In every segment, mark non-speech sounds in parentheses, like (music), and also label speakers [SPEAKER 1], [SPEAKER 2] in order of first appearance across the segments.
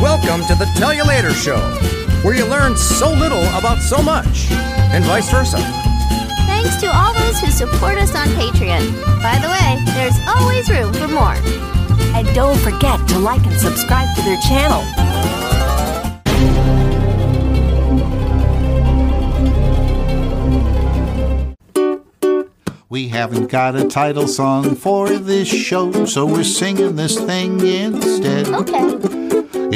[SPEAKER 1] Welcome to the Tell You Later Show, where you learn so little about so much, and vice versa.
[SPEAKER 2] Thanks to all those who support us on Patreon. By the way, there's always room for more.
[SPEAKER 3] And don't forget to like and subscribe to their channel.
[SPEAKER 4] We haven't got a title song for this show, so we're singing this thing instead.
[SPEAKER 2] Oh. Okay.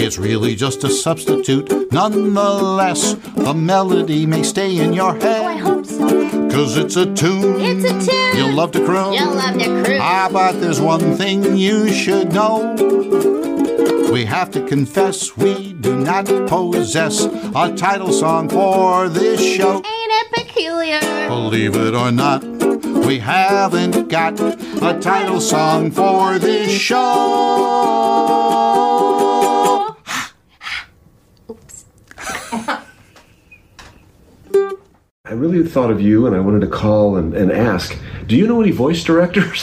[SPEAKER 4] It's really just a substitute. Nonetheless, the melody may stay in your
[SPEAKER 5] Oh,
[SPEAKER 2] Oh,
[SPEAKER 4] head.
[SPEAKER 2] hope so.
[SPEAKER 4] Cause it's a tune.
[SPEAKER 2] It's a tune.
[SPEAKER 4] You'll love to croon.
[SPEAKER 2] You'll love to cruise.
[SPEAKER 4] Ah, but there's one thing you should know. We have to confess we do not possess a title song for this show.
[SPEAKER 2] Ain't it peculiar?
[SPEAKER 4] Believe it or not, we haven't got a title song for this show.
[SPEAKER 2] Oops.
[SPEAKER 6] I really thought of you and I wanted to call and, and ask, do you know any voice directors? (laughs)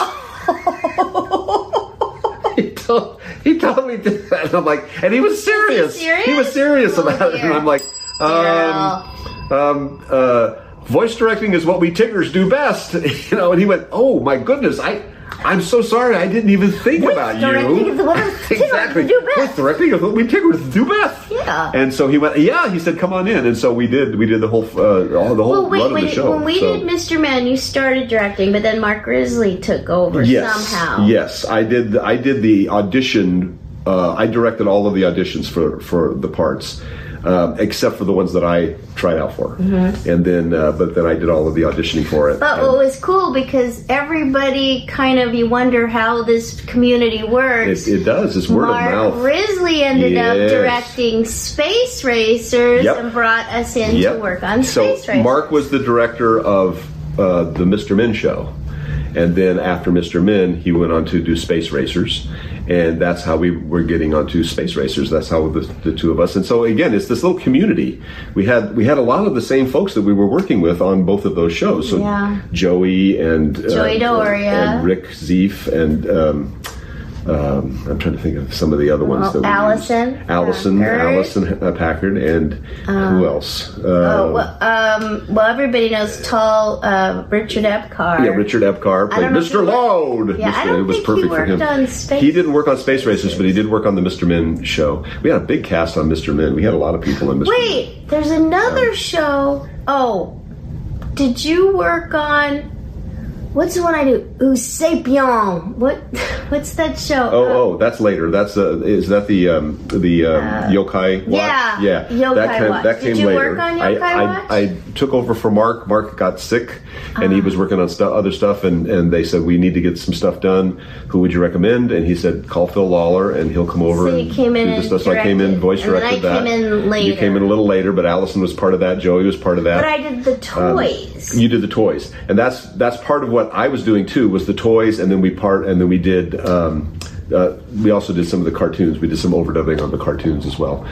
[SPEAKER 6] he, told, he totally did that. And I'm like, and he was serious.
[SPEAKER 2] serious?
[SPEAKER 6] was serious
[SPEAKER 2] Oh,
[SPEAKER 6] about it.
[SPEAKER 2] dear.
[SPEAKER 6] And I'm like, um, um, uh, voice directing is what we tiggers do best. (laughs) You know, and he went, oh my goodness, I, I'm so sorry. I didn't even think about you. (laughs) exactly. Voice directing is what we tiggers do best.
[SPEAKER 2] Yeah.
[SPEAKER 6] And so he went, yeah, he said, come on in. And so we did, we did the whole, uh, all, the whole
[SPEAKER 5] Well, wait,
[SPEAKER 6] run of
[SPEAKER 5] when,
[SPEAKER 6] the show.
[SPEAKER 5] when we
[SPEAKER 6] so.
[SPEAKER 5] did Mr. Man, you started directing, but then Mark Grizzly took over
[SPEAKER 6] yes,
[SPEAKER 5] somehow.
[SPEAKER 6] Yes, I did. I did the audition. Uh, I directed all of the auditions for for the parts, um, except for the ones that I tried out for, and then uh, but then I did all of the auditioning for it.
[SPEAKER 5] Mm-hmm. But
[SPEAKER 6] And
[SPEAKER 5] what was cool because everybody kind of you wonder how this community works.
[SPEAKER 6] it, it does. It's word of
[SPEAKER 5] Mark
[SPEAKER 6] mouth.
[SPEAKER 5] Grizzly ended
[SPEAKER 6] Yes.
[SPEAKER 5] up directing Space Racers
[SPEAKER 6] Yep.
[SPEAKER 5] and brought us in
[SPEAKER 6] Yep.
[SPEAKER 5] to work on
[SPEAKER 6] so
[SPEAKER 5] Space Racers.
[SPEAKER 6] Mark was the director of uh, the Mr. Min show, and then after Mr. Min, he went on to do Space Racers, and that's how we were getting onto Space Racers. That's how the, the two of us. And so again, it's this little community. We had we had a lot of the same folks that we were working with on both of those shows. So
[SPEAKER 5] Yeah.
[SPEAKER 6] Joey and uh,
[SPEAKER 5] Joey Doria.
[SPEAKER 6] and Rick Zeef and. Um, um, I'm trying to think of some of the other ones.
[SPEAKER 5] Well,
[SPEAKER 6] that we used.
[SPEAKER 5] Allison
[SPEAKER 6] Allison,
[SPEAKER 5] Packard.
[SPEAKER 6] Allison uh, Packard, and who else? Uh,
[SPEAKER 5] Oh, well, um, well, everybody knows tall uh, Richard Epcar.
[SPEAKER 6] Yeah, Richard Epcar played
[SPEAKER 5] don't know if
[SPEAKER 6] Mr.
[SPEAKER 5] he worked-
[SPEAKER 6] Load.
[SPEAKER 5] Yeah,
[SPEAKER 6] Mr.
[SPEAKER 5] I don't
[SPEAKER 6] it was
[SPEAKER 5] think he
[SPEAKER 6] perfect for
[SPEAKER 5] worked
[SPEAKER 6] him.
[SPEAKER 5] on Space
[SPEAKER 6] he didn't work on Space Racers, but he did work on the Mr. Min show. We had a big cast on Mr. Min. We had a lot of people in Mr. Min.
[SPEAKER 5] Wait, there's another show. Oh, did you work on what's the one I do? Usapion. What? (laughs) What's that show?
[SPEAKER 6] Oh, oh, that's later. That's uh, is that the um, the um, yokai watch?
[SPEAKER 5] Uh, yeah,
[SPEAKER 6] yeah.
[SPEAKER 5] Yokai
[SPEAKER 6] that came,
[SPEAKER 5] Watch.
[SPEAKER 6] That
[SPEAKER 5] Did
[SPEAKER 6] came
[SPEAKER 5] you
[SPEAKER 6] later.
[SPEAKER 5] work on
[SPEAKER 6] I,
[SPEAKER 5] Yokai
[SPEAKER 6] I,
[SPEAKER 5] Watch? Uh-huh.
[SPEAKER 6] I took over for Mark. Mark got sick, and he was working on stu- other stuff. And, and they said we need to get some stuff done. Who would you recommend? And he said call Phil Lawler, and he'll come over
[SPEAKER 5] So you
[SPEAKER 6] and
[SPEAKER 5] came in
[SPEAKER 6] do this
[SPEAKER 5] and
[SPEAKER 6] stuff. So I came in,
[SPEAKER 5] directed,
[SPEAKER 6] voice
[SPEAKER 5] and then I
[SPEAKER 6] directed that.
[SPEAKER 5] came in
[SPEAKER 6] You
[SPEAKER 5] later.
[SPEAKER 6] came in a little later, but Allison was part of that. Joey was part of that.
[SPEAKER 5] But I did the toys.
[SPEAKER 6] um, You did the toys, and that's that's part of what I was doing too. Was the toys, and then we part, and then we did. Um, uh, we also did some of the cartoons. We did some overdubbing on the cartoons as well.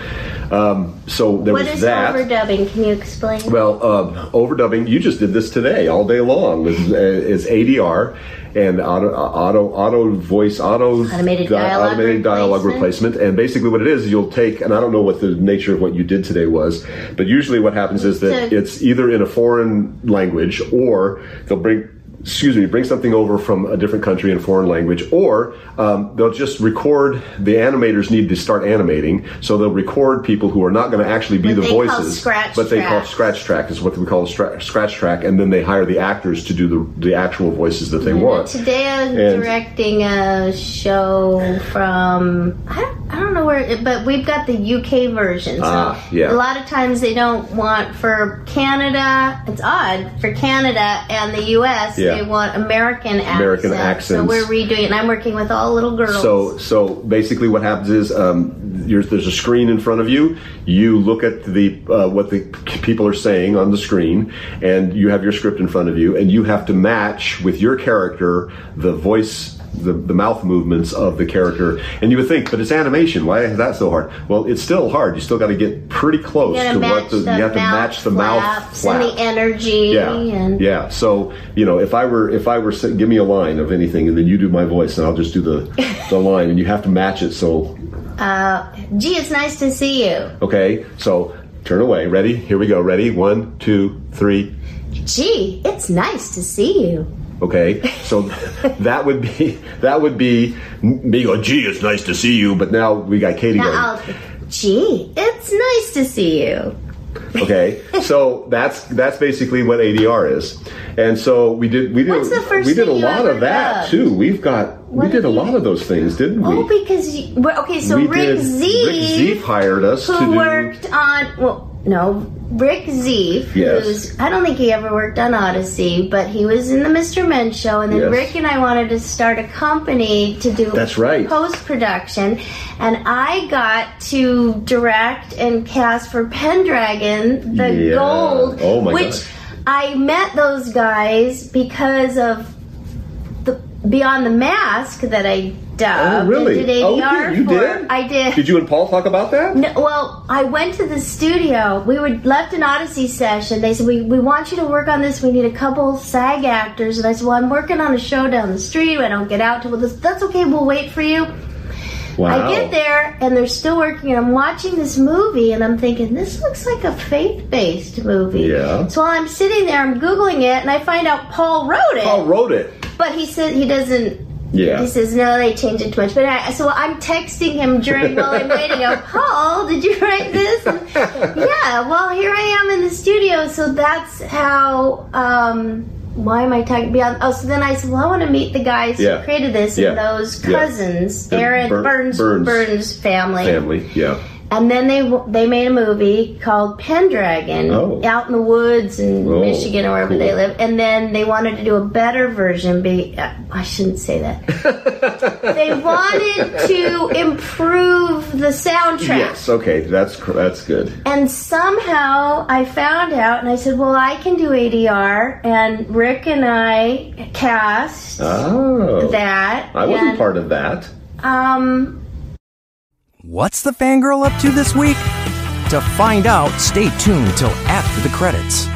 [SPEAKER 6] Um, so there
[SPEAKER 5] what
[SPEAKER 6] was
[SPEAKER 5] is
[SPEAKER 6] that.
[SPEAKER 5] overdubbing? Can you explain?
[SPEAKER 6] Well, um, overdubbing. You just did this today, all day long. This is, uh, It's, ADR and auto, uh, auto, auto voice, auto
[SPEAKER 5] Automated dialogue
[SPEAKER 6] automated dialogue
[SPEAKER 5] replacement.
[SPEAKER 6] replacement. And basically, what it is, you'll take, and I don't know what the nature of what you did today was, but usually what happens is that
[SPEAKER 5] So-
[SPEAKER 6] it's either in a foreign language or they'll bring. Excuse me. Bring something over from a different country in a foreign language, or um, they'll just record. The animators need to start animating, so they'll record people who are not going to actually be
[SPEAKER 5] What
[SPEAKER 6] the
[SPEAKER 5] they call
[SPEAKER 6] voices,
[SPEAKER 5] scratch
[SPEAKER 6] but they call
[SPEAKER 5] tracks.
[SPEAKER 6] scratch track is what we call a stra- scratch track, and then they hire the actors to do the, the actual voices that they want.
[SPEAKER 5] Today I'm
[SPEAKER 6] And-
[SPEAKER 5] directing a show from I don't, I don't know where, it- but we've got the UK version. So
[SPEAKER 6] Ah, yeah.
[SPEAKER 5] A lot of times they don't want for Canada. It's odd for Canada and the US.
[SPEAKER 6] Yeah.
[SPEAKER 5] They want American
[SPEAKER 6] American
[SPEAKER 5] accents. So
[SPEAKER 6] accents.
[SPEAKER 5] we're redoing it, and I'm working with all little girls.
[SPEAKER 6] So, so basically, what happens is um, you're, there's a screen in front of you. You look at the uh, what the p- people are saying on the screen, and you have your script in front of you, and you have to match with your character the voice the, the mouth movements of the character. And you would think, but it's animation. Why is that so hard? Well, it's still hard. You still got to get pretty close
[SPEAKER 5] You
[SPEAKER 6] to
[SPEAKER 5] gotta
[SPEAKER 6] what
[SPEAKER 5] match
[SPEAKER 6] the,
[SPEAKER 5] the,
[SPEAKER 6] you have to match the mouth
[SPEAKER 5] flaps and the energy.
[SPEAKER 6] yeah,
[SPEAKER 5] and
[SPEAKER 6] yeah. So you know, if I were if I were sa- give me a line of anything, and then you do my voice, and I'll just do the
[SPEAKER 5] (laughs)
[SPEAKER 6] the line, and you have to match it. So
[SPEAKER 5] Gee, it's nice to see you.
[SPEAKER 6] okay, so turn away. Ready? Here we go. Ready? One, two, three.
[SPEAKER 5] Gee, it's nice to see you.
[SPEAKER 6] Okay,
[SPEAKER 5] (laughs)
[SPEAKER 6] so that would be that would be me going. Gee, it's nice to see you. But now we got Katie
[SPEAKER 5] Now
[SPEAKER 6] going.
[SPEAKER 5] I'll, gee, it's nice to see you.
[SPEAKER 6] Okay, so that's that's basically what ADR is, and so we did we did
[SPEAKER 5] What's the first
[SPEAKER 6] we did a
[SPEAKER 5] thing you
[SPEAKER 6] lot of
[SPEAKER 5] ever
[SPEAKER 6] that
[SPEAKER 5] dubbed?
[SPEAKER 6] too. We've got we
[SPEAKER 5] What
[SPEAKER 6] did a
[SPEAKER 5] have you-
[SPEAKER 6] lot of those things, didn't we?
[SPEAKER 5] Oh, because you, well, okay, so
[SPEAKER 6] we
[SPEAKER 5] Rick
[SPEAKER 6] did, Rick Zeef
[SPEAKER 5] Z,
[SPEAKER 6] hired us to
[SPEAKER 5] who
[SPEAKER 6] do.
[SPEAKER 5] worked on well, no, Rick Z,
[SPEAKER 6] Yes.
[SPEAKER 5] who's I don't think he ever worked on Odyssey, but he was in the Mr. Men show, and then
[SPEAKER 6] Yes.
[SPEAKER 5] Rick and I wanted to start a company to do
[SPEAKER 6] That's right.
[SPEAKER 5] post production, and I got to direct and cast for Pendragon the
[SPEAKER 6] Yeah.
[SPEAKER 5] Gold,
[SPEAKER 6] Oh, my
[SPEAKER 5] which.
[SPEAKER 6] gosh.
[SPEAKER 5] I met those guys because of the Beyond the Mask that I
[SPEAKER 6] Oh,
[SPEAKER 5] dubbed.
[SPEAKER 6] really?
[SPEAKER 5] and Did
[SPEAKER 6] oh,
[SPEAKER 5] ADR
[SPEAKER 6] you, you
[SPEAKER 5] for.
[SPEAKER 6] did?
[SPEAKER 5] I did.
[SPEAKER 6] (laughs) Did you and Paul talk about that?
[SPEAKER 5] No, well, I went to the studio. We were left an Odyssey session. They said, we, we want you to work on this. We need a couple SAG actors. And I said, Well, I'm working on a show down the street. I don't get out till this. That's okay. We'll wait for you.
[SPEAKER 6] Wow.
[SPEAKER 5] I get there and they're still working, and I'm watching this movie, and I'm thinking, this looks like a faith based movie.
[SPEAKER 6] Yeah.
[SPEAKER 5] So while I'm sitting there, I'm Googling it, and I find out Paul wrote it.
[SPEAKER 6] Paul wrote it.
[SPEAKER 5] But he said he doesn't.
[SPEAKER 6] Yeah.
[SPEAKER 5] He says, no, they changed it too much. But I, so I'm texting him during while I'm waiting.
[SPEAKER 6] (laughs)
[SPEAKER 5] I go, Paul, did you write this? And, yeah, well, here I am in the studio. So that's how. Um, why am I talking beyond? Oh, so then I said, well, I want to meet the guys
[SPEAKER 6] Yeah.
[SPEAKER 5] who created this
[SPEAKER 6] Yeah.
[SPEAKER 5] and those
[SPEAKER 6] Yeah.
[SPEAKER 5] cousins,
[SPEAKER 6] The
[SPEAKER 5] Aaron
[SPEAKER 6] Bur-
[SPEAKER 5] Burns,
[SPEAKER 6] Burns.
[SPEAKER 5] Burns family.
[SPEAKER 6] Family. Yeah.
[SPEAKER 5] And then they they made a movie called Pendragon
[SPEAKER 6] Oh.
[SPEAKER 5] out in the woods in
[SPEAKER 6] Oh,
[SPEAKER 5] Michigan or wherever they
[SPEAKER 6] cool.
[SPEAKER 5] live. And then they wanted to do a better version. Be uh, I shouldn't
[SPEAKER 6] (laughs)
[SPEAKER 5] say that. they wanted to improve the soundtrack.
[SPEAKER 6] Yes. Okay. That's cr- that's good.
[SPEAKER 5] And somehow I found out, and I said, "Well, I can do ADR." And Rick and I cast
[SPEAKER 6] Oh.
[SPEAKER 5] that.
[SPEAKER 6] I wasn't
[SPEAKER 5] and,
[SPEAKER 6] part of that.
[SPEAKER 5] Um,
[SPEAKER 1] What's the fangirl up to this week? To find out, stay tuned till after the credits.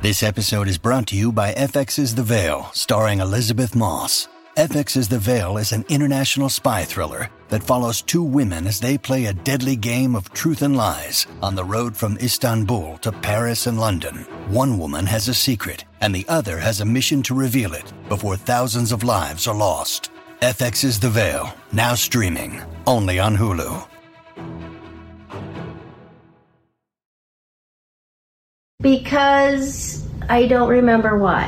[SPEAKER 7] This episode is brought to you by FX's The Veil, starring Elizabeth Moss. FX's The Veil is an international spy thriller that follows two women as they play a deadly game of truth and lies on the road from Istanbul to Paris and London. One woman has a secret, and the other has a mission to reveal it before thousands of lives are lost. FX's The Veil, now streaming, only on Hulu.
[SPEAKER 5] Because I don't remember why.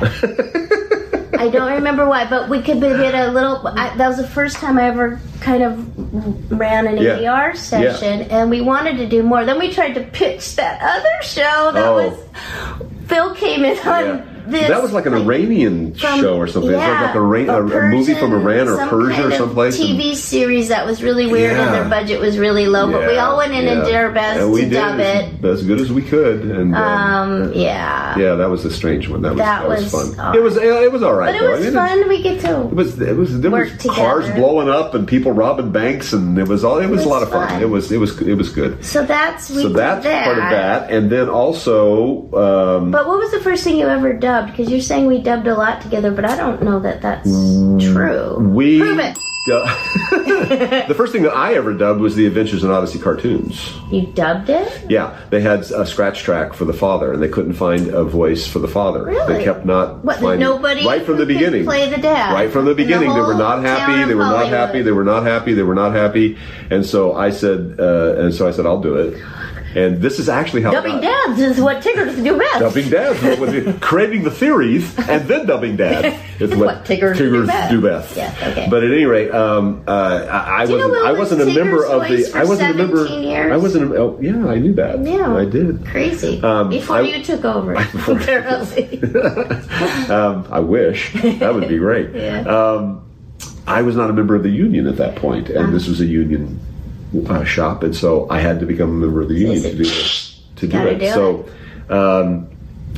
[SPEAKER 5] I don't remember why, but we could have hit a little. I, that was the first time I ever kind of ran an
[SPEAKER 6] Yeah.
[SPEAKER 5] ADR session, and we wanted to do more. Then we tried to pitch that other show that
[SPEAKER 6] Oh.
[SPEAKER 5] was. Phil came in on
[SPEAKER 6] Yeah.
[SPEAKER 5] this.
[SPEAKER 6] that was like an Iranian
[SPEAKER 5] from-
[SPEAKER 6] show or something. It's
[SPEAKER 5] yeah,
[SPEAKER 6] like, like a, Ra- a, a
[SPEAKER 5] Persian,
[SPEAKER 6] movie from Iran or
[SPEAKER 5] some
[SPEAKER 6] Persia
[SPEAKER 5] kind
[SPEAKER 6] or
[SPEAKER 5] of
[SPEAKER 6] someplace. and-
[SPEAKER 5] TV series that was really weird
[SPEAKER 6] Yeah.
[SPEAKER 5] and their budget was really low, but we
[SPEAKER 6] Yeah,
[SPEAKER 5] all went in and
[SPEAKER 6] yeah.
[SPEAKER 5] did our best
[SPEAKER 6] And we
[SPEAKER 5] to
[SPEAKER 6] did
[SPEAKER 5] dub
[SPEAKER 6] as,
[SPEAKER 5] it.
[SPEAKER 6] as good as we could. And um,
[SPEAKER 5] Um, yeah.
[SPEAKER 6] yeah, that was a strange one. That was that,
[SPEAKER 5] that
[SPEAKER 6] was,
[SPEAKER 5] was
[SPEAKER 6] fun.
[SPEAKER 5] odd.
[SPEAKER 6] It was it was all right.
[SPEAKER 5] But it
[SPEAKER 6] though. I
[SPEAKER 5] was
[SPEAKER 6] mean,
[SPEAKER 5] fun. We get to
[SPEAKER 6] It was it was there was
[SPEAKER 5] Work
[SPEAKER 6] cars
[SPEAKER 5] together.
[SPEAKER 6] blowing up and people robbing banks and it was all it was, a
[SPEAKER 5] was
[SPEAKER 6] lot of fun.
[SPEAKER 5] fun.
[SPEAKER 6] It was it was it was good.
[SPEAKER 5] So that's we
[SPEAKER 6] so
[SPEAKER 5] did
[SPEAKER 6] that's
[SPEAKER 5] that.
[SPEAKER 6] part of that, and then also um,
[SPEAKER 5] But what was the first thing you ever dubbed? Because you're saying we dubbed a lot together, but I don't know that that's true.
[SPEAKER 6] Mm, we
[SPEAKER 5] Prove it.
[SPEAKER 6] du- (laughs) the first thing that I ever dubbed was the Adventures in Odyssey cartoons.
[SPEAKER 5] You dubbed it?
[SPEAKER 6] Yeah, they had a scratch track for the father, and they couldn't find a voice for the father.
[SPEAKER 5] Really?
[SPEAKER 6] They kept not
[SPEAKER 5] What, there's
[SPEAKER 6] finding
[SPEAKER 5] nobody
[SPEAKER 6] right from
[SPEAKER 5] who
[SPEAKER 6] the
[SPEAKER 5] could
[SPEAKER 6] beginning.
[SPEAKER 5] play the dad?
[SPEAKER 6] Right from the
[SPEAKER 5] In the
[SPEAKER 6] beginning, they were
[SPEAKER 5] whole
[SPEAKER 6] not
[SPEAKER 5] town
[SPEAKER 6] happy.
[SPEAKER 5] of
[SPEAKER 6] They were not
[SPEAKER 5] Hollywood.
[SPEAKER 6] happy. They were not happy. They were not happy. And so I said, uh, and so I said, I'll do it. And this is actually how it
[SPEAKER 5] Dubbing
[SPEAKER 6] got-
[SPEAKER 5] dads is what ticklers do best.
[SPEAKER 6] Dubbing dads, what was
[SPEAKER 5] (laughs)
[SPEAKER 6] it? creating the theories and then dubbing dads. It's
[SPEAKER 5] What Tiggers do best.
[SPEAKER 6] best.
[SPEAKER 5] Yeah, okay.
[SPEAKER 6] But at any rate, um, uh, I, I
[SPEAKER 5] you know
[SPEAKER 6] wasn't.
[SPEAKER 5] Will
[SPEAKER 6] I
[SPEAKER 5] was
[SPEAKER 6] wasn't a member
[SPEAKER 5] Tigger's
[SPEAKER 6] of the.
[SPEAKER 5] voice for
[SPEAKER 6] I wasn't a member.
[SPEAKER 5] 17 years?
[SPEAKER 6] I wasn't. A, oh, yeah, I knew that.
[SPEAKER 5] Yeah.
[SPEAKER 6] I did.
[SPEAKER 5] Crazy.
[SPEAKER 6] Um, (laughs)
[SPEAKER 5] Before
[SPEAKER 6] I-
[SPEAKER 5] you took over, (laughs) apparently.
[SPEAKER 6] Um, I wish that would be great.
[SPEAKER 5] (laughs) Yeah.
[SPEAKER 6] um, I was not a member of the union at that point, and
[SPEAKER 5] Ah.
[SPEAKER 6] this was a union uh, shop, and so I had to become a member of the union to do it. To do
[SPEAKER 5] Gotta
[SPEAKER 6] it.
[SPEAKER 5] do
[SPEAKER 6] so, Um,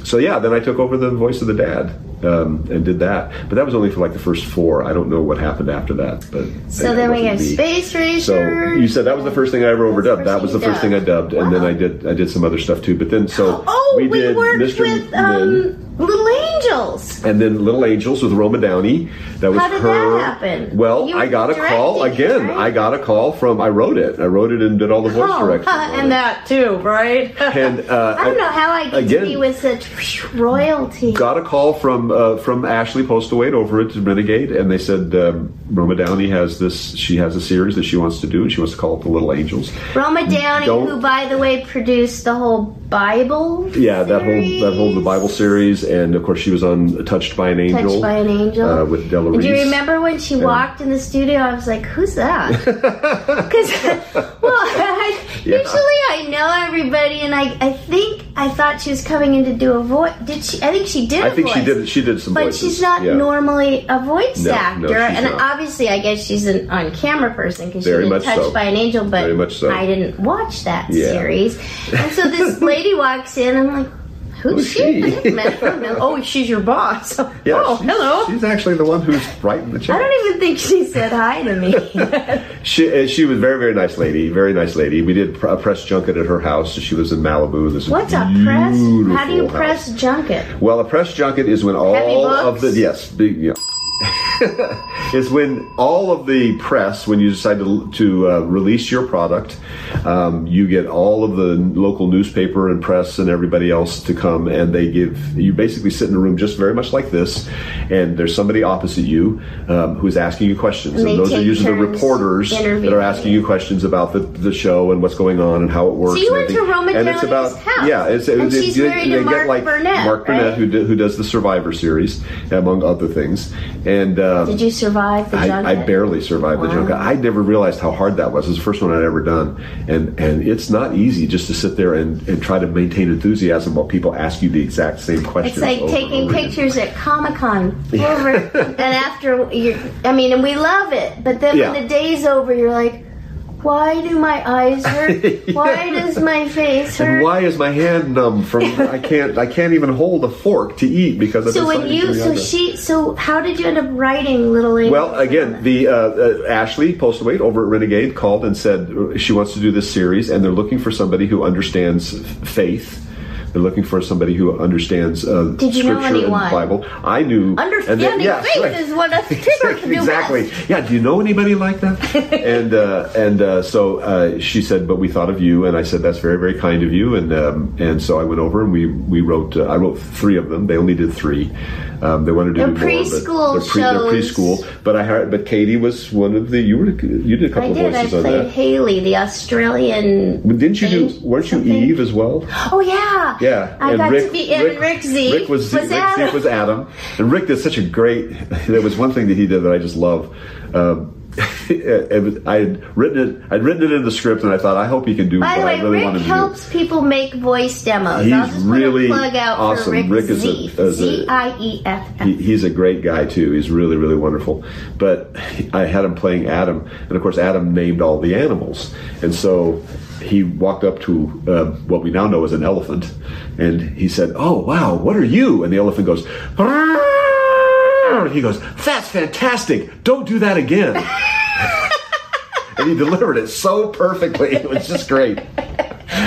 [SPEAKER 6] so yeah, then I took over the voice of the dad um, and did that. But that was only for like the first four. I don't know what happened after that. But
[SPEAKER 5] (laughs) So
[SPEAKER 6] yeah,
[SPEAKER 5] then
[SPEAKER 6] it
[SPEAKER 5] we
[SPEAKER 6] wasn't
[SPEAKER 5] have
[SPEAKER 6] me.
[SPEAKER 5] Space
[SPEAKER 6] So
[SPEAKER 5] Racer.
[SPEAKER 6] you said that was the first thing I ever
[SPEAKER 5] That's the
[SPEAKER 6] overdubbed. That
[SPEAKER 5] first
[SPEAKER 6] was the
[SPEAKER 5] thing you
[SPEAKER 6] first thing I dubbed, and then I did I did some other stuff too. But then so
[SPEAKER 5] oh, we,
[SPEAKER 6] did
[SPEAKER 5] worked
[SPEAKER 6] Mr.
[SPEAKER 5] with
[SPEAKER 6] Min,
[SPEAKER 5] um, Little Angels.
[SPEAKER 6] and then Little Angels with Roma Downey. That was
[SPEAKER 5] How did
[SPEAKER 6] her.
[SPEAKER 5] that happen?
[SPEAKER 6] Well,
[SPEAKER 5] You
[SPEAKER 6] I
[SPEAKER 5] were
[SPEAKER 6] got a call
[SPEAKER 5] directing it,
[SPEAKER 6] again.
[SPEAKER 5] right?
[SPEAKER 6] I got a call from I wrote it. I wrote it and did all the voice
[SPEAKER 5] Oh, (laughs)
[SPEAKER 6] direction. on it.
[SPEAKER 5] and that too, right? (laughs)
[SPEAKER 6] And uh,
[SPEAKER 5] I don't know how I get
[SPEAKER 6] again,
[SPEAKER 5] to be with such royalty.
[SPEAKER 6] got a call from uh, from Ashley Postlewaite over at Renegade, and they said um, Roma Downey has this. She has a series that she wants to do, and she wants to call it The Little Angels.
[SPEAKER 5] Roma Downey,
[SPEAKER 6] Don't-
[SPEAKER 5] who by the way produced the whole Bible.
[SPEAKER 6] Yeah, that
[SPEAKER 5] series.
[SPEAKER 6] whole that whole the Bible series, and of course she was on Touched by an Angel,
[SPEAKER 5] Touched by an Angel
[SPEAKER 6] uh, with Della
[SPEAKER 5] And do you
[SPEAKER 6] Reese.
[SPEAKER 5] remember when she walked in the studio? I was like, "Who's
[SPEAKER 6] (laughs)
[SPEAKER 5] that?" Because (laughs) well, I,
[SPEAKER 6] Yeah.
[SPEAKER 5] usually I know everybody, and I, I think I thought she was coming in to do a voice. Did she? I think she did.
[SPEAKER 6] I
[SPEAKER 5] a
[SPEAKER 6] think she
[SPEAKER 5] voice.
[SPEAKER 6] did she did some,
[SPEAKER 5] But
[SPEAKER 6] voices,
[SPEAKER 5] she's not
[SPEAKER 6] yeah.
[SPEAKER 5] normally a voice
[SPEAKER 6] No, no,
[SPEAKER 5] actor,
[SPEAKER 6] she's
[SPEAKER 5] and
[SPEAKER 6] not.
[SPEAKER 5] obviously, I guess she's an on-camera person because she
[SPEAKER 6] Very
[SPEAKER 5] did
[SPEAKER 6] much so.
[SPEAKER 5] touched by an angel. But
[SPEAKER 6] Very much so.
[SPEAKER 5] I didn't watch that
[SPEAKER 6] Yeah.
[SPEAKER 5] series, and so
[SPEAKER 6] (laughs)
[SPEAKER 5] this lady walks in. I'm like, "Who's,
[SPEAKER 6] Who's
[SPEAKER 5] she?
[SPEAKER 6] she?
[SPEAKER 5] I (laughs) didn't know. I
[SPEAKER 6] (laughs)
[SPEAKER 5] don't know. oh, she's your boss. (laughs)
[SPEAKER 6] Yeah,
[SPEAKER 5] oh,
[SPEAKER 6] she's-
[SPEAKER 5] hello.
[SPEAKER 6] She's actually the one who's writing the check.
[SPEAKER 5] I don't e- even think she said hi to
[SPEAKER 6] (laughs)
[SPEAKER 5] me.
[SPEAKER 6] She, uh, she was a very, very nice lady. Very nice lady. We did pr- a press junket at her house. She was in Malibu. This
[SPEAKER 5] What's a press?
[SPEAKER 6] beautiful
[SPEAKER 5] How do you
[SPEAKER 6] house.
[SPEAKER 5] press junket?
[SPEAKER 6] Well, a press junket is when all of
[SPEAKER 5] books?
[SPEAKER 6] the yes, big, yeah. (laughs) is when all of the press, when you decide to to uh, release your product, um, you get all of the local newspaper and press and everybody else to come, and they give you basically sit in a room just very much like this, and there's somebody opposite you um, who's asking you questions,
[SPEAKER 5] And
[SPEAKER 6] and,
[SPEAKER 5] they
[SPEAKER 6] those are
[SPEAKER 5] take
[SPEAKER 6] usually the
[SPEAKER 5] turns
[SPEAKER 6] reporters that
[SPEAKER 5] interviewing
[SPEAKER 6] are asking you questions about the, the show and what's going on and how it works.
[SPEAKER 5] you
[SPEAKER 6] and
[SPEAKER 5] went to
[SPEAKER 6] everything.
[SPEAKER 5] Roma
[SPEAKER 6] and it's
[SPEAKER 5] Downey's
[SPEAKER 6] about
[SPEAKER 5] house,
[SPEAKER 6] yeah, it's,
[SPEAKER 5] and
[SPEAKER 6] it-
[SPEAKER 5] she's
[SPEAKER 6] you-
[SPEAKER 5] married to
[SPEAKER 6] they
[SPEAKER 5] Mark
[SPEAKER 6] get like
[SPEAKER 5] Burnett,
[SPEAKER 6] Mark Burnett,
[SPEAKER 5] right?
[SPEAKER 6] who d- who does the Survivor series, among other things. And um,
[SPEAKER 5] Did you survive the junket?
[SPEAKER 6] I, I barely survived the junket. I never realized how hard that was. It was the first one I'd ever done, and and it's not easy just to sit there and, and try to maintain enthusiasm while people ask you the exact same
[SPEAKER 5] It's
[SPEAKER 6] questions.
[SPEAKER 5] like
[SPEAKER 6] over and
[SPEAKER 5] taking
[SPEAKER 6] over again.
[SPEAKER 5] pictures at Comic
[SPEAKER 6] (laughs)
[SPEAKER 5] Con over and after. You're, I mean, and we love it, but then
[SPEAKER 6] Yeah.
[SPEAKER 5] when the day's over, you're like, "Why do my
[SPEAKER 6] (laughs)
[SPEAKER 5] eyes hurt? Why does my face hurt?"
[SPEAKER 6] And why is my hand numb from? I can't. I can't even hold a fork to eat because. I've
[SPEAKER 5] so
[SPEAKER 6] been
[SPEAKER 5] when
[SPEAKER 6] fighting
[SPEAKER 5] you, so
[SPEAKER 6] Juliana.
[SPEAKER 5] she, so how did you end up writing Little Angels?
[SPEAKER 6] Well, again, the uh, uh, Ashley Postlewaite over at Renegade called and said she wants to do this series, and they're looking for somebody who understands f- faith. They're looking for somebody who understands uh,
[SPEAKER 5] Did you know
[SPEAKER 6] scripture and
[SPEAKER 5] anyone?
[SPEAKER 6] Bible. I knew and then-
[SPEAKER 5] Understanding
[SPEAKER 6] yes,
[SPEAKER 5] faith
[SPEAKER 6] right.
[SPEAKER 5] is what us Tibbers
[SPEAKER 6] (laughs)
[SPEAKER 5] do
[SPEAKER 6] exactly. exactly.
[SPEAKER 5] best.
[SPEAKER 6] Yeah. Do you know anybody like that?
[SPEAKER 5] (laughs)
[SPEAKER 6] and uh, and uh, so uh, she said, but we thought of you, and I said that's very very kind of you, and um, and so I went over and we we wrote. Uh, I wrote three of them. They only did three. Um, they wanted to
[SPEAKER 5] They're
[SPEAKER 6] do more, but
[SPEAKER 5] preschool
[SPEAKER 6] they're, pre- they're
[SPEAKER 5] shows.
[SPEAKER 6] preschool. But I heard, but Katie was one of the you were you did a
[SPEAKER 5] I
[SPEAKER 6] couple
[SPEAKER 5] did.
[SPEAKER 6] of
[SPEAKER 5] I
[SPEAKER 6] voices on
[SPEAKER 5] played
[SPEAKER 6] that.
[SPEAKER 5] Haley, the Australian.
[SPEAKER 6] But didn't you do?
[SPEAKER 5] Angel-
[SPEAKER 6] Weren't you
[SPEAKER 5] something.
[SPEAKER 6] Eve as well?
[SPEAKER 5] Oh yeah.
[SPEAKER 6] Yeah,
[SPEAKER 5] I got to be in Rick, Z.
[SPEAKER 6] Rick was, Z- Rick Z
[SPEAKER 5] Adam.
[SPEAKER 6] was Adam, and Rick did such a great. There was one thing that he did that I just love. Um, (laughs) it was- I had written it. I'd written it in the script, and I thought, I hope he can do what
[SPEAKER 5] By the way,
[SPEAKER 6] I really
[SPEAKER 5] Rick
[SPEAKER 6] want him
[SPEAKER 5] helps people make voice demos. I'll
[SPEAKER 6] He's
[SPEAKER 5] just put a
[SPEAKER 6] really
[SPEAKER 5] plug out
[SPEAKER 6] awesome.
[SPEAKER 5] For Rick,
[SPEAKER 6] Rick is a-
[SPEAKER 5] Z. E
[SPEAKER 6] is a-
[SPEAKER 5] Z-I-E-F-F.
[SPEAKER 6] to do. He, he's a great guy too. He's really, really wonderful. But I had him playing Adam, and of course, Adam named all the animals, and so he walked up to uh, what we now know as an elephant, and he said, "Oh wow, what are you?" And the elephant goes. "Brrr." He goes, "That's fantastic! Don't do that again." (laughs) and he delivered it so perfectly; it was just great.
[SPEAKER 5] (laughs)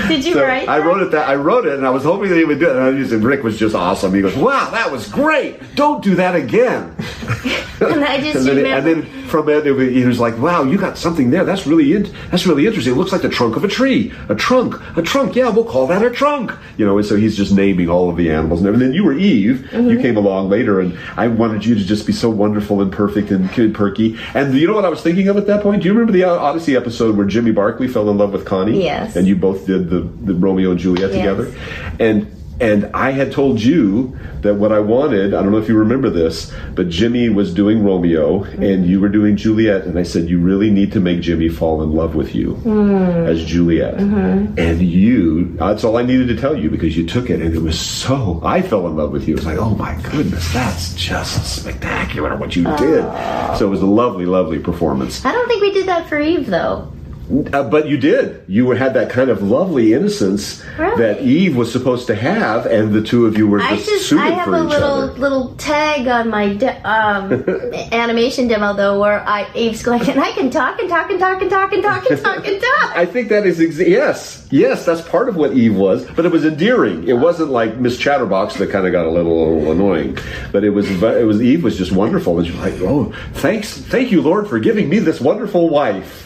[SPEAKER 5] Did
[SPEAKER 6] (laughs)
[SPEAKER 5] you
[SPEAKER 6] So
[SPEAKER 5] write?
[SPEAKER 6] I
[SPEAKER 5] that?
[SPEAKER 6] wrote it that I wrote it, and I was hoping that he would do it. And I just, and Rick was just awesome. He goes, "Wow, that was great! Don't do that again."
[SPEAKER 5] And I just
[SPEAKER 6] and, then, and
[SPEAKER 5] remember.
[SPEAKER 6] then from it, it was, he was like, "Wow, you got something there. That's really in, that's really interesting. It looks like the trunk of a tree. A trunk, a trunk. Yeah, we'll call that a trunk." You know, and so he's just naming all of the animals. And then you were Eve.
[SPEAKER 5] Mm-hmm.
[SPEAKER 6] You came along later, and I wanted you to just be so wonderful and perfect and kid perky. And you know what I was thinking of at that point? Do you remember the Odyssey episode where Jimmy Barkley fell in love with Connie?
[SPEAKER 5] Yes.
[SPEAKER 6] And you both did the, the Romeo and Juliet
[SPEAKER 5] Yes.
[SPEAKER 6] together. And and I had told you that what I wanted, I don't know if you remember this, but Jimmy was doing Romeo and you were doing Juliet. And I said, You really need to make Jimmy fall in love with you as Juliet. And you, that's all I needed to tell you because you took it and it was so, I fell in love with you. It was like, Oh my goodness, that's just spectacular what you did. So it was a lovely, lovely performance.
[SPEAKER 5] I don't think we did that for Eve though.
[SPEAKER 6] Uh, but you did. You had that kind of lovely innocence
[SPEAKER 5] Really?
[SPEAKER 6] that Eve was supposed to have, and the two of you were
[SPEAKER 5] I
[SPEAKER 6] just,
[SPEAKER 5] just
[SPEAKER 6] suited
[SPEAKER 5] I have
[SPEAKER 6] for
[SPEAKER 5] a
[SPEAKER 6] each
[SPEAKER 5] little
[SPEAKER 6] other.
[SPEAKER 5] little tag on my de- um,
[SPEAKER 6] (laughs)
[SPEAKER 5] animation demo though, where I Abe's going and I can talk and talk and talk and talk and talk and talk
[SPEAKER 6] (laughs)
[SPEAKER 5] and talk.
[SPEAKER 6] I think that is ex- yes, yes. That's part of what Eve was, but it was endearing. It wasn't like Miss Chatterbox that kind of got a little, annoying. But it was, it was Eve was just wonderful, and she's like, oh, thanks, thank you, Lord, for giving me this wonderful wife.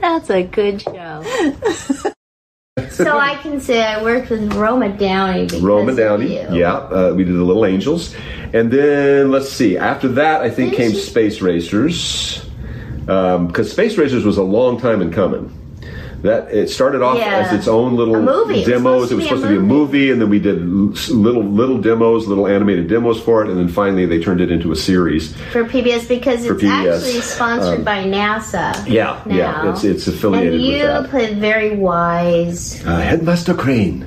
[SPEAKER 2] That's a good show.
[SPEAKER 5] so I can say I worked with Roma Downey. because
[SPEAKER 6] Roma
[SPEAKER 5] of
[SPEAKER 6] Downey,
[SPEAKER 5] you.
[SPEAKER 6] yeah. Uh, we did the Little Angels, and then let's see. After that, I think
[SPEAKER 5] Didn't
[SPEAKER 6] came
[SPEAKER 5] she-
[SPEAKER 6] Space Racers, because Space Racers was a long time in coming. That it started off
[SPEAKER 5] Yeah.
[SPEAKER 6] as its own little
[SPEAKER 5] A movie. It was
[SPEAKER 6] demos.
[SPEAKER 5] supposed to
[SPEAKER 6] It was
[SPEAKER 5] be a
[SPEAKER 6] supposed to be a movie, and then we did l- s- little little demos, little animated demos for it, and then finally they turned it into a series.
[SPEAKER 5] for PBS because
[SPEAKER 6] For
[SPEAKER 5] it's
[SPEAKER 6] PBS,
[SPEAKER 5] actually sponsored by NASA.
[SPEAKER 6] Um, Yeah,
[SPEAKER 5] now.
[SPEAKER 6] yeah, it's it's affiliated
[SPEAKER 5] And
[SPEAKER 6] with
[SPEAKER 5] you
[SPEAKER 6] that.
[SPEAKER 5] played very wise.
[SPEAKER 6] uh, Headmaster Crane.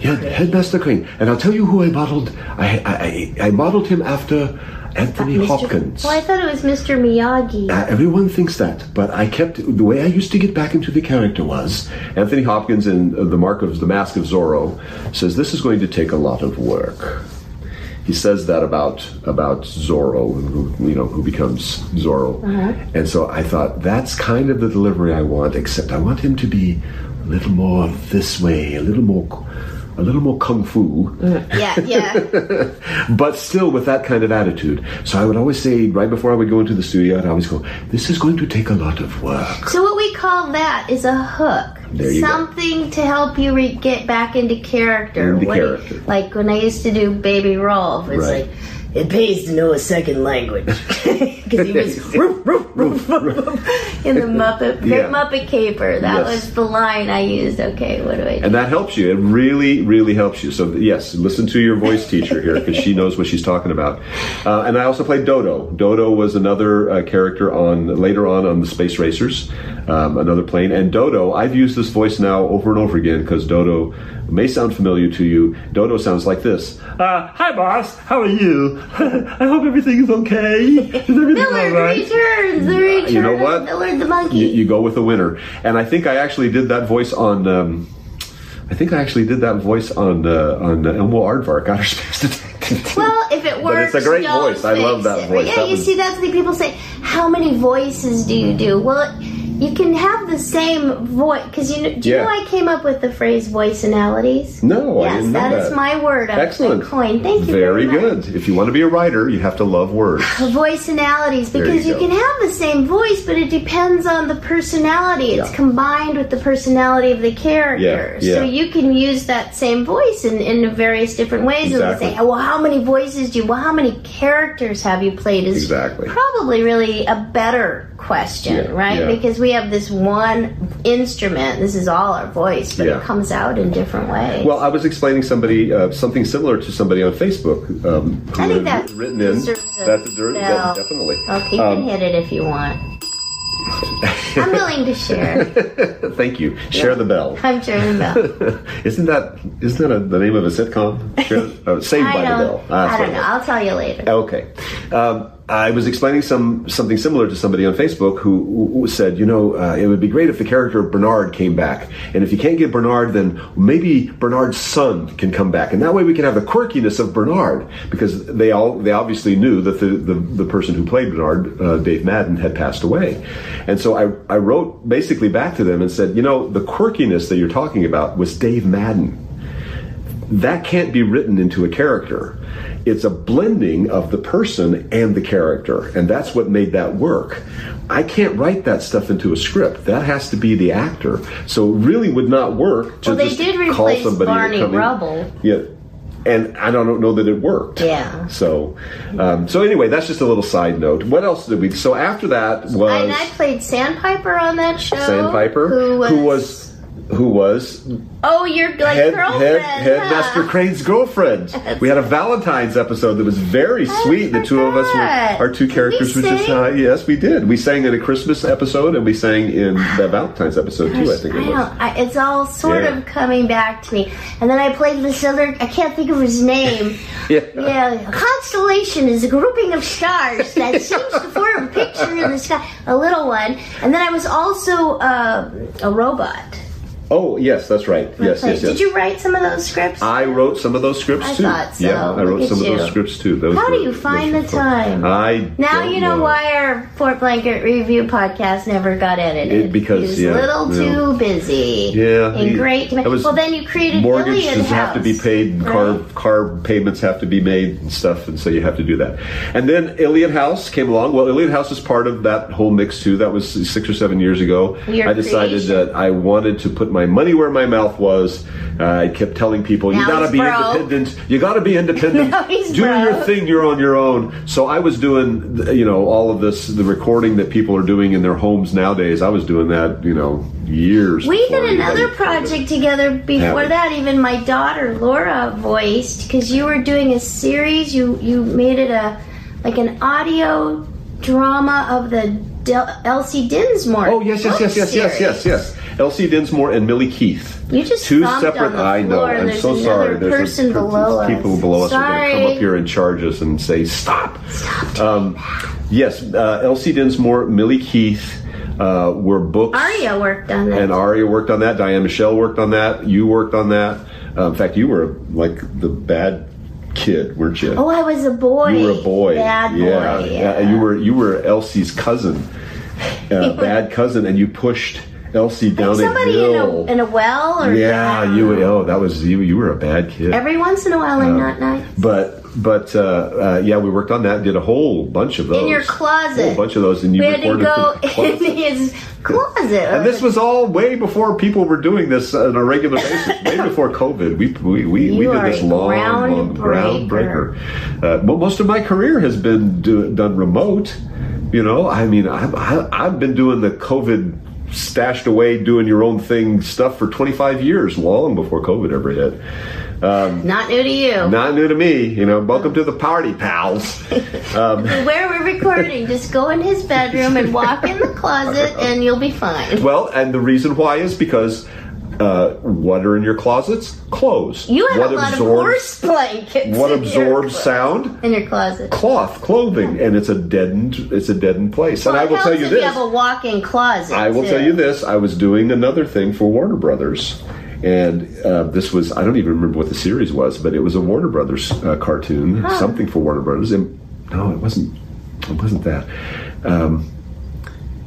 [SPEAKER 6] Yeah, Headmaster Crane. And I'll tell you who I modeled. I I, I, I modeled him after Anthony
[SPEAKER 5] Mr.
[SPEAKER 6] Hopkins.
[SPEAKER 5] Well, I thought it was Mr.
[SPEAKER 6] (laughs)
[SPEAKER 5] Miyagi.
[SPEAKER 6] Uh, everyone thinks that, but I kept the way I used to get back into the character was Anthony Hopkins in uh, the Mark of the Mask of Zorro says this is going to take a lot of work. He says that about about Zorro, who you know who becomes Zorro, and so I thought that's kind of the delivery I want. Except I want him to be a little more this way, a little more, a little more kung fu
[SPEAKER 5] yeah, yeah.
[SPEAKER 6] but still with that kind of attitude. So I would always say, right before I would go into the studio, I'd always go, This is going to take a lot of work.
[SPEAKER 5] So what we call that is a hook.
[SPEAKER 6] There you go.
[SPEAKER 5] Something to help you re- get back into character.
[SPEAKER 6] Into
[SPEAKER 5] What do you-
[SPEAKER 6] character.
[SPEAKER 5] like when I used to do Baby Rolf, it's
[SPEAKER 6] Right.
[SPEAKER 5] like it pays to know a second language (laughs) because
[SPEAKER 6] (laughs)
[SPEAKER 5] he was roof, roof, roof, roof, roof, in the Muppet the
[SPEAKER 6] Yeah.
[SPEAKER 5] Muppet Caper. That
[SPEAKER 6] Yes.
[SPEAKER 5] was the line I used. Okay, what do I do?
[SPEAKER 6] And that helps you. It really, really helps you. So, yes, listen to your voice teacher here because she knows what she's talking about. Uh, and I also played Dodo. Dodo was another uh, character on later on on the Space Racers, um, another plane. And Dodo, I've used this voice now over and over again because Dodo may sound familiar to you. Dodo sounds like this uh, Hi, boss. How are you? (laughs) I hope everything's okay. Is everything all
[SPEAKER 5] Millard
[SPEAKER 6] right?
[SPEAKER 5] returns. The return
[SPEAKER 6] you know
[SPEAKER 5] of
[SPEAKER 6] what?
[SPEAKER 5] Millard the monkey.
[SPEAKER 6] you, you go with the winner. And I think I actually did that voice on. Um, I think I actually did that voice on uh, on uh, Elmo Aardvark, Outer Space Detective.
[SPEAKER 5] (laughs) Well, if it
[SPEAKER 6] But
[SPEAKER 5] works,
[SPEAKER 6] it's a great
[SPEAKER 5] don't
[SPEAKER 6] voice. I
[SPEAKER 5] fix
[SPEAKER 6] love that
[SPEAKER 5] it.
[SPEAKER 6] voice.
[SPEAKER 5] Yeah,
[SPEAKER 6] That
[SPEAKER 5] you
[SPEAKER 6] was-
[SPEAKER 5] see, that's the thing people say. How many voices do you do? Well, you can have the same voice because you. Know, do you
[SPEAKER 6] Yeah.
[SPEAKER 5] know I came up with the phrase voicinalities?
[SPEAKER 6] No, I
[SPEAKER 5] yes,
[SPEAKER 6] didn't know
[SPEAKER 5] that is
[SPEAKER 6] that.
[SPEAKER 5] my word. I-
[SPEAKER 6] Excellent.
[SPEAKER 5] I coined. Thank you.
[SPEAKER 6] Very
[SPEAKER 5] Very,
[SPEAKER 6] good. If you want to be a writer, you have to love
[SPEAKER 5] (laughs)
[SPEAKER 6] words.
[SPEAKER 5] The voicinalities
[SPEAKER 6] There you
[SPEAKER 5] because you,
[SPEAKER 6] go.
[SPEAKER 5] can have the same voice, but it depends on the personality. It's
[SPEAKER 6] Yeah.
[SPEAKER 5] combined with the personality of the character.
[SPEAKER 6] Yeah, yeah.
[SPEAKER 5] So you can use that same voice in, in various different ways. And
[SPEAKER 6] Exactly.
[SPEAKER 5] they say, oh, well, how many voices do you, well, how many characters have you played? Is
[SPEAKER 6] Exactly.
[SPEAKER 5] probably really a better question,
[SPEAKER 6] Yeah,
[SPEAKER 5] right?
[SPEAKER 6] yeah.
[SPEAKER 5] Because we have this one instrument. This is all our voice, but
[SPEAKER 6] Yeah.
[SPEAKER 5] it comes out in different ways.
[SPEAKER 6] Well, I was explaining somebody uh, something similar to somebody on Facebook. Um, who
[SPEAKER 5] I think
[SPEAKER 6] had
[SPEAKER 5] that
[SPEAKER 6] written in
[SPEAKER 5] deserves a
[SPEAKER 6] that's a dir-
[SPEAKER 5] bell. Oh.
[SPEAKER 6] that- definitely.
[SPEAKER 5] okay, you
[SPEAKER 6] um,
[SPEAKER 5] can hit it if
[SPEAKER 6] (laughs)
[SPEAKER 5] you want. I'm willing to share.
[SPEAKER 6] Uh, Thank you. Share the bell.
[SPEAKER 5] I'm sharing the bell.
[SPEAKER 6] Isn't that isn't that a, the name of a sitcom? Share, oh, Saved by
[SPEAKER 5] I
[SPEAKER 6] the Bell.
[SPEAKER 5] don't.
[SPEAKER 6] Ah,
[SPEAKER 5] I
[SPEAKER 6] sorry.
[SPEAKER 5] don't know. I'll tell you later.
[SPEAKER 6] Okay. Um, I was explaining some something similar to somebody on Facebook who, who said, you know, uh, it would be great if the character of Bernard came back, and if you can't get Bernard, then maybe Bernard's son can come back, and that way we can have the quirkiness of Bernard because they all they obviously knew that the the, the person who played Bernard, uh, Dave Madden, had passed away, and so I I wrote basically back to them and said, you know, the quirkiness that you're talking about was Dave Madden that can't be written into a character. It's a blending of the person and the character, and that's what made that work. I can't write that stuff into a script. That has to be the actor. So it really would not work to
[SPEAKER 5] Well, they
[SPEAKER 6] just
[SPEAKER 5] did
[SPEAKER 6] call
[SPEAKER 5] replace
[SPEAKER 6] somebody
[SPEAKER 5] Barney
[SPEAKER 6] to come in.
[SPEAKER 5] Rubble.
[SPEAKER 6] Yeah. and I don't know that it worked.
[SPEAKER 5] Yeah.
[SPEAKER 6] So, um, so anyway, that's just a little side note. What else did we? So after that was
[SPEAKER 5] And I played Sandpiper on that show.
[SPEAKER 6] Sandpiper,
[SPEAKER 5] who was,
[SPEAKER 6] who was who was
[SPEAKER 5] oh, your like
[SPEAKER 6] head,
[SPEAKER 5] girlfriend,
[SPEAKER 6] head,
[SPEAKER 5] huh?
[SPEAKER 6] headmaster Crane's girlfriend. we had a Valentine's episode that was very sweet. The two of us,
[SPEAKER 5] forgot.
[SPEAKER 6] were, our two
[SPEAKER 5] Oh, Did
[SPEAKER 6] characters,
[SPEAKER 5] we
[SPEAKER 6] were just
[SPEAKER 5] sing?
[SPEAKER 6] uh, yes, we did. We sang in a Christmas episode, and we sang in the Valentine's episode too. I think it
[SPEAKER 5] I
[SPEAKER 6] was.
[SPEAKER 5] don't, I, it's all sort
[SPEAKER 6] Yeah.
[SPEAKER 5] of coming back to me. And then I played this other, I can't think of
[SPEAKER 6] (laughs)
[SPEAKER 5] his name.
[SPEAKER 6] Yeah.
[SPEAKER 5] yeah. A constellation is a grouping of stars
[SPEAKER 6] (laughs)
[SPEAKER 5] that seems to form a picture in the sky, a little one. And then I was also uh, a robot.
[SPEAKER 6] Oh yes, that's right. Yes,
[SPEAKER 5] Like,
[SPEAKER 6] yes, yes.
[SPEAKER 5] Did you write some of those scripts?
[SPEAKER 6] I wrote some of those scripts
[SPEAKER 5] I
[SPEAKER 6] too.
[SPEAKER 5] thought so.
[SPEAKER 6] Yeah, I
[SPEAKER 5] Look
[SPEAKER 6] wrote
[SPEAKER 5] at
[SPEAKER 6] some of
[SPEAKER 5] you.
[SPEAKER 6] those scripts too. Those
[SPEAKER 5] How do
[SPEAKER 6] were-
[SPEAKER 5] you find
[SPEAKER 6] those
[SPEAKER 5] the
[SPEAKER 6] were fun.
[SPEAKER 5] time?
[SPEAKER 6] I
[SPEAKER 5] now
[SPEAKER 6] don't
[SPEAKER 5] you know, why our Fort Blanket Review podcast never got edited.
[SPEAKER 6] It- because,
[SPEAKER 5] he was
[SPEAKER 6] yeah,
[SPEAKER 5] a little
[SPEAKER 6] yeah.
[SPEAKER 5] too busy.
[SPEAKER 6] Yeah,
[SPEAKER 5] and
[SPEAKER 6] he-
[SPEAKER 5] great.
[SPEAKER 6] that was-
[SPEAKER 5] well, then you created
[SPEAKER 6] Mortgages
[SPEAKER 5] Iliad House.
[SPEAKER 6] have to be paid, and car car payments have to be made, and stuff, and so you have to do that. And then Iliad House came along. Well, Iliad House is part of that whole mix too. That was six or seven years ago.
[SPEAKER 5] Your
[SPEAKER 6] I decided
[SPEAKER 5] creation.
[SPEAKER 6] that I wanted to put my money where my mouth was. Uh, I kept telling people, "You
[SPEAKER 5] Now
[SPEAKER 6] gotta
[SPEAKER 5] he's
[SPEAKER 6] be
[SPEAKER 5] broke.
[SPEAKER 6] independent. You gotta
[SPEAKER 5] (laughs)
[SPEAKER 6] be independent.
[SPEAKER 5] Now he's
[SPEAKER 6] do your
[SPEAKER 5] broke.
[SPEAKER 6] thing. You're on your own." So I was doing, you know, all of this, the recording that people are doing in their homes nowadays. I was doing that, you know, years.
[SPEAKER 5] We
[SPEAKER 6] before
[SPEAKER 5] did another
[SPEAKER 6] anybody found it.
[SPEAKER 5] project together before
[SPEAKER 6] Happened.
[SPEAKER 5] that. Even my daughter Laura voiced because you were doing a series. You you made it a like an audio drama of the Del- Elsie Dinsmore.
[SPEAKER 6] Oh yes, yes,
[SPEAKER 5] book
[SPEAKER 6] yes, yes, yes, yes,
[SPEAKER 5] series.
[SPEAKER 6] yes. Elsie Dinsmore and Millie Keith.
[SPEAKER 5] You just
[SPEAKER 6] two
[SPEAKER 5] stomped
[SPEAKER 6] separate.
[SPEAKER 5] on the
[SPEAKER 6] I know.
[SPEAKER 5] floor and
[SPEAKER 6] I'm
[SPEAKER 5] there's
[SPEAKER 6] so sorry.
[SPEAKER 5] another person
[SPEAKER 6] per-
[SPEAKER 5] below us.
[SPEAKER 6] people below us are going to
[SPEAKER 5] Sorry.
[SPEAKER 6] come up here and charge us and say stop. Stop. Um, yes, uh, Elsie Dinsmore, Millie Keith uh, were books.
[SPEAKER 5] Aria worked on that.
[SPEAKER 6] And Aria worked on that. Diane Michelle worked on that. You worked on that. Uh, in fact, you were like the bad kid, weren't you?
[SPEAKER 5] Oh, I was a boy.
[SPEAKER 6] You were a boy.
[SPEAKER 5] Bad boy.
[SPEAKER 6] Yeah, yeah. You were you were Elsie's cousin,
[SPEAKER 5] (laughs)
[SPEAKER 6] uh, bad cousin, and you pushed Elsie down a
[SPEAKER 5] somebody in
[SPEAKER 6] hill.
[SPEAKER 5] a, in a well or
[SPEAKER 6] yeah, you. Oh, that was you. You were a bad kid.
[SPEAKER 5] Every once in a while, I'm not nice.
[SPEAKER 6] but but uh, uh, yeah, we worked on that. and Did a whole bunch of those
[SPEAKER 5] In your closet.
[SPEAKER 6] A whole bunch of those, and you
[SPEAKER 5] we had to
[SPEAKER 6] recorded
[SPEAKER 5] go
[SPEAKER 6] them in the closet.
[SPEAKER 5] (laughs) in his closet.
[SPEAKER 6] And this was all way before people were doing this on a regular
[SPEAKER 5] (laughs)
[SPEAKER 6] basis. way before COVID, we we, we, we
[SPEAKER 5] You
[SPEAKER 6] did
[SPEAKER 5] are
[SPEAKER 6] this
[SPEAKER 5] a
[SPEAKER 6] long,
[SPEAKER 5] ground
[SPEAKER 6] long ground
[SPEAKER 5] breaker.
[SPEAKER 6] breaker. Uh, but most of my career has been do, done remote. You know, I mean, I've, I, I've been doing the COVID stashed away, doing your own thing stuff for 25 years, long before COVID ever hit.
[SPEAKER 5] not new to you.
[SPEAKER 6] Not new to me, you know. Welcome to the party,
[SPEAKER 5] (laughs)
[SPEAKER 6] pals.
[SPEAKER 5] Where
[SPEAKER 6] (laughs)
[SPEAKER 5] we're recording, just go in his bedroom and walk in the closet, and you'll be fine.
[SPEAKER 6] Well, and the reason why is because uh, what are in your closets? Clothes.
[SPEAKER 5] You had
[SPEAKER 6] what
[SPEAKER 5] a lot of horse
[SPEAKER 6] (laughs)
[SPEAKER 5] blankets.
[SPEAKER 6] What
[SPEAKER 5] in your
[SPEAKER 6] absorbs sound?
[SPEAKER 5] in your closet?
[SPEAKER 6] Cloth, clothing, and it's a deadened. It's a deadened place. And I
[SPEAKER 5] It
[SPEAKER 6] will tell
[SPEAKER 5] helps
[SPEAKER 6] you
[SPEAKER 5] if
[SPEAKER 6] this.
[SPEAKER 5] You have a walk-in closet.
[SPEAKER 6] I will
[SPEAKER 5] too.
[SPEAKER 6] tell you this. I was doing another thing for Warner Brothers, and uh, this was I don't even remember what the series was, but it was a Warner Brothers uh, cartoon, something for Warner Brothers. And no, it wasn't. It wasn't that. Um,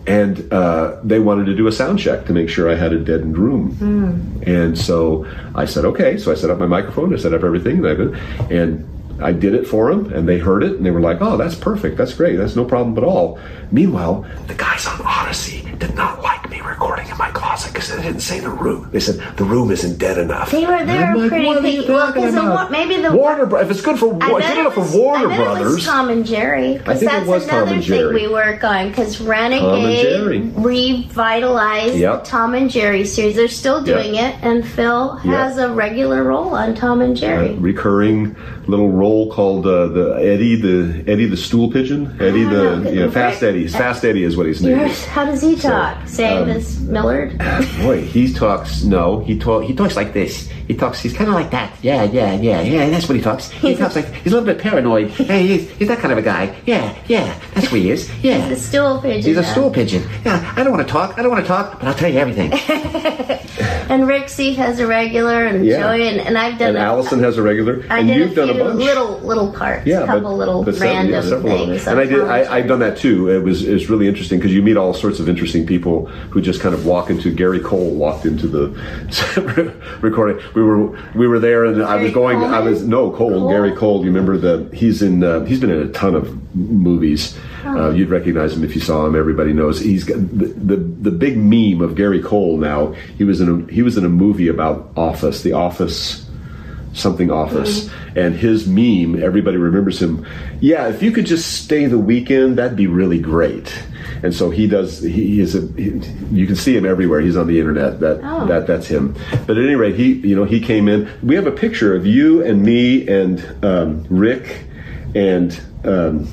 [SPEAKER 6] and uh, they wanted to do a sound check to make sure I had a deadened room. And so I said, okay. So I set up my microphone, I set up everything, and I, did- and I did it for them, and they heard it, and they were like, oh, that's perfect. That's great. That's no problem at all. Meanwhile, the guys on Odyssey did not like me recording in my closet because they didn't say the room. They said, the room isn't dead enough.
[SPEAKER 5] They were-
[SPEAKER 6] And
[SPEAKER 5] they
[SPEAKER 6] I'm
[SPEAKER 5] were pretty
[SPEAKER 6] "What are you
[SPEAKER 5] picky." Well,
[SPEAKER 6] talking
[SPEAKER 5] 'cause the
[SPEAKER 6] about?"
[SPEAKER 5] Wa- maybe the-
[SPEAKER 6] Warner Bro- If it's good for,
[SPEAKER 5] I
[SPEAKER 6] Wa- it's
[SPEAKER 5] bet
[SPEAKER 6] good
[SPEAKER 5] it
[SPEAKER 6] enough
[SPEAKER 5] was-
[SPEAKER 6] for Warner
[SPEAKER 5] I bet It was
[SPEAKER 6] Brothers.
[SPEAKER 5] Tom and Jerry.
[SPEAKER 6] I
[SPEAKER 5] Because
[SPEAKER 6] think it
[SPEAKER 5] that's
[SPEAKER 6] was Tom
[SPEAKER 5] another
[SPEAKER 6] and Jerry.
[SPEAKER 5] thing we work on. Because
[SPEAKER 6] Jerry.
[SPEAKER 5] Renegade revitalized
[SPEAKER 6] Yep.
[SPEAKER 5] the Tom and Jerry series. They're still doing
[SPEAKER 6] Yep.
[SPEAKER 5] it, and Phil
[SPEAKER 6] Yep. Uh,
[SPEAKER 5] has a regular role on Tom and Jerry.
[SPEAKER 6] a recurring little role called uh, the Eddie, the Eddie the stool pigeon, Eddie
[SPEAKER 5] know,
[SPEAKER 6] the
[SPEAKER 5] but
[SPEAKER 6] you know,
[SPEAKER 5] we're-
[SPEAKER 6] Fast Eddie, Fast Eddie is what his name
[SPEAKER 5] Yours-
[SPEAKER 6] is.
[SPEAKER 5] How does he talk? Same
[SPEAKER 6] um,
[SPEAKER 5] as
[SPEAKER 6] (laughs)
[SPEAKER 5] Millard.
[SPEAKER 6] Boy, he talks. No, he talk. He talks like this. He talks. He's kind of like that. Yeah, yeah, yeah, yeah. That's what he talks. He talks like he's a little bit paranoid. Hey, he's, he's that kind of a guy. Yeah, yeah. That's what he is. Yeah.
[SPEAKER 5] The stool pigeon.
[SPEAKER 6] He's a
[SPEAKER 5] now.
[SPEAKER 6] stool pigeon. Yeah, I don't want to talk. I don't want to talk, but I'll tell you everything.
[SPEAKER 5] (laughs) And Rixie has a regular, and
[SPEAKER 6] Yeah.
[SPEAKER 5] Joey, and, and I've done. a-
[SPEAKER 6] has a regular,
[SPEAKER 5] I did a few little little parts, a couple little
[SPEAKER 6] but sev- yeah,
[SPEAKER 5] random
[SPEAKER 6] several of them.
[SPEAKER 5] things. Um,
[SPEAKER 6] And I
[SPEAKER 5] on
[SPEAKER 6] did.
[SPEAKER 5] Tom
[SPEAKER 6] I, I've done that too. It was it's really interesting because you meet all sorts of interesting people who just kind of walk into. Gary Cole walked into the (laughs) recording. We were we were there, and I was
[SPEAKER 5] Gary
[SPEAKER 6] going. I was
[SPEAKER 5] Coleman?
[SPEAKER 6] no Cole,
[SPEAKER 5] Cole?
[SPEAKER 6] Gary Cole. You remember the? He's in. Uh, he's been in a ton of movies. Uh, you'd recognize him if you saw him. Everybody knows he's got the, the the big meme of Gary Cole. Now he was in a he was in a movie about Office, The Office something office. And his meme, everybody remembers him. Yeah, if you could just stay the weekend, that'd be really great. And so he does. He, he is a. he- you can see him everywhere. He's on the internet. That that that's him. But at any rate, he you know he came in. We have a picture of you and me and um, Rick and um,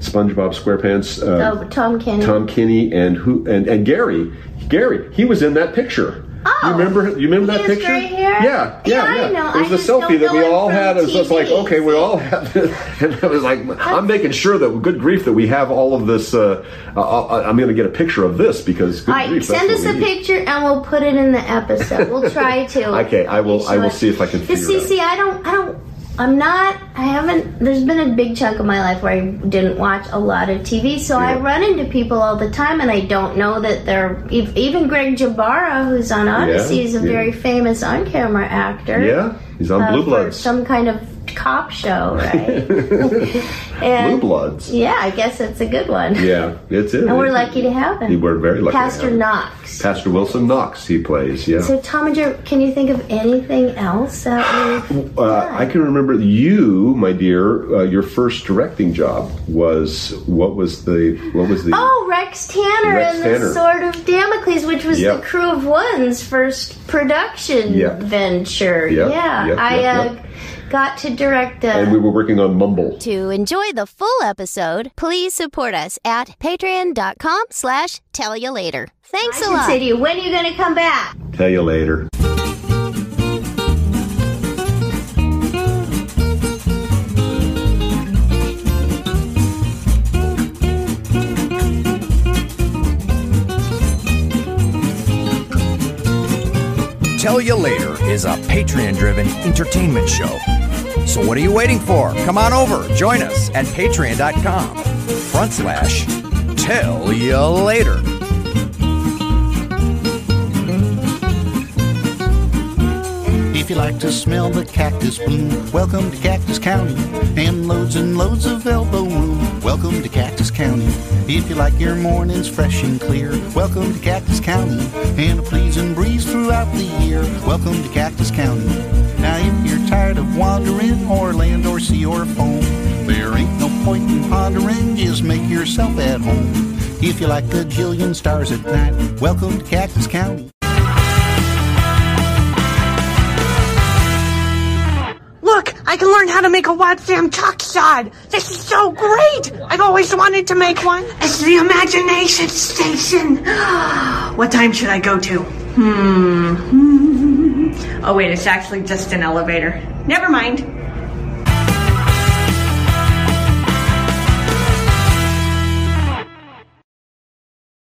[SPEAKER 6] SpongeBob SquarePants. Uh,
[SPEAKER 5] Oh, Tom Kenny.
[SPEAKER 6] Tom Kinney and who and, and Gary. Gary, he was in that picture.
[SPEAKER 5] Oh.
[SPEAKER 6] you remember? You remember
[SPEAKER 5] He
[SPEAKER 6] that
[SPEAKER 5] has
[SPEAKER 6] picture?
[SPEAKER 5] gray hair?
[SPEAKER 6] Yeah, yeah,
[SPEAKER 5] Yeah, I
[SPEAKER 6] yeah.
[SPEAKER 5] know.
[SPEAKER 6] It
[SPEAKER 5] I
[SPEAKER 6] was the
[SPEAKER 5] just don't
[SPEAKER 6] selfie that
[SPEAKER 5] know
[SPEAKER 6] we
[SPEAKER 5] him
[SPEAKER 6] all
[SPEAKER 5] from
[SPEAKER 6] had. It was just like,
[SPEAKER 5] TV.
[SPEAKER 6] okay, we all had, this. and it (laughs) was like, I'm making sure that good grief that we have all of this. Uh, uh, uh, I'm going to get a picture of this because good
[SPEAKER 5] All right,
[SPEAKER 6] grief, that's
[SPEAKER 5] send
[SPEAKER 6] what
[SPEAKER 5] us
[SPEAKER 6] we
[SPEAKER 5] a
[SPEAKER 6] need.
[SPEAKER 5] picture and we'll put it in the episode.
[SPEAKER 6] (laughs)
[SPEAKER 5] We'll try to.
[SPEAKER 6] Okay, I will- I will see if I can
[SPEAKER 5] Because
[SPEAKER 6] figure
[SPEAKER 5] see,
[SPEAKER 6] it out.
[SPEAKER 5] see, I don't, I don't, I'm not, I haven't. There's been a big chunk of my life where I didn't watch a lot of TV, so I
[SPEAKER 6] Yeah.
[SPEAKER 5] run into people all the time, and I don't know that they're ev- even Greg Jabara, who's on Odyssey, is a
[SPEAKER 6] yeah.
[SPEAKER 5] very famous on-camera actor.
[SPEAKER 6] Yeah, he's on
[SPEAKER 5] uh,
[SPEAKER 6] Blue
[SPEAKER 5] for
[SPEAKER 6] Bloods.
[SPEAKER 5] Some kind of cop show,
[SPEAKER 6] (laughs)
[SPEAKER 5] right? (laughs) and,
[SPEAKER 6] Blue Bloods. Yeah,
[SPEAKER 5] Yeah, I guess that's a good one.
[SPEAKER 6] it's it.
[SPEAKER 5] And we're lucky to have him.
[SPEAKER 6] We're very lucky. to
[SPEAKER 5] Pastor
[SPEAKER 6] have him.
[SPEAKER 5] Knox.
[SPEAKER 6] Pastor Wilson Knox, he plays. Yeah.
[SPEAKER 5] So, Tom and Jerry, can you think of anything else that we?
[SPEAKER 6] Uh, I can remember you, my dear. Uh, your first directing job was what was the what was the
[SPEAKER 5] Oh, Rex Tanner
[SPEAKER 6] Rex
[SPEAKER 5] and the
[SPEAKER 6] Tanner.
[SPEAKER 5] Sword of Damocles, which was
[SPEAKER 6] Yep.
[SPEAKER 5] the Crew of One's first production
[SPEAKER 6] Yep.
[SPEAKER 5] venture.
[SPEAKER 6] Yep,
[SPEAKER 5] Yeah,
[SPEAKER 6] yep,
[SPEAKER 5] I
[SPEAKER 6] yep,
[SPEAKER 5] uh, got to direct a.
[SPEAKER 6] and we were working on Mumble.
[SPEAKER 2] To enjoy the full episode, please support us at patreon.com slash tell you later.
[SPEAKER 5] I
[SPEAKER 2] Thanks a
[SPEAKER 5] should
[SPEAKER 2] lot.
[SPEAKER 5] say to you, when are you going to come back?
[SPEAKER 6] Tell you later.
[SPEAKER 1] Tell You Later is a Patreon driven entertainment show. So what are you waiting for? Come on over, join us at patreon.com front slash tell you later.
[SPEAKER 4] If you like to smell the cactus bloom, welcome to Cactus County. And loads and loads of elbow room, welcome to Cactus County. If you like your mornings fresh and clear, welcome to Cactus County. And a pleasing breeze throughout the year, welcome to Cactus County. Now if you're tired of wandering or land or sea or foam, there ain't no point in pondering, just make yourself at home. If you like the Jillian stars at night, welcome to Cactus County.
[SPEAKER 8] Look, I can learn how to make a wild jam chalk sod. This is so great. I've always wanted to make one. It's the imagination station. (gasps) what time should I go to? (laughs) Hmm. Hmm. Oh, wait, it's actually just an elevator. Never mind.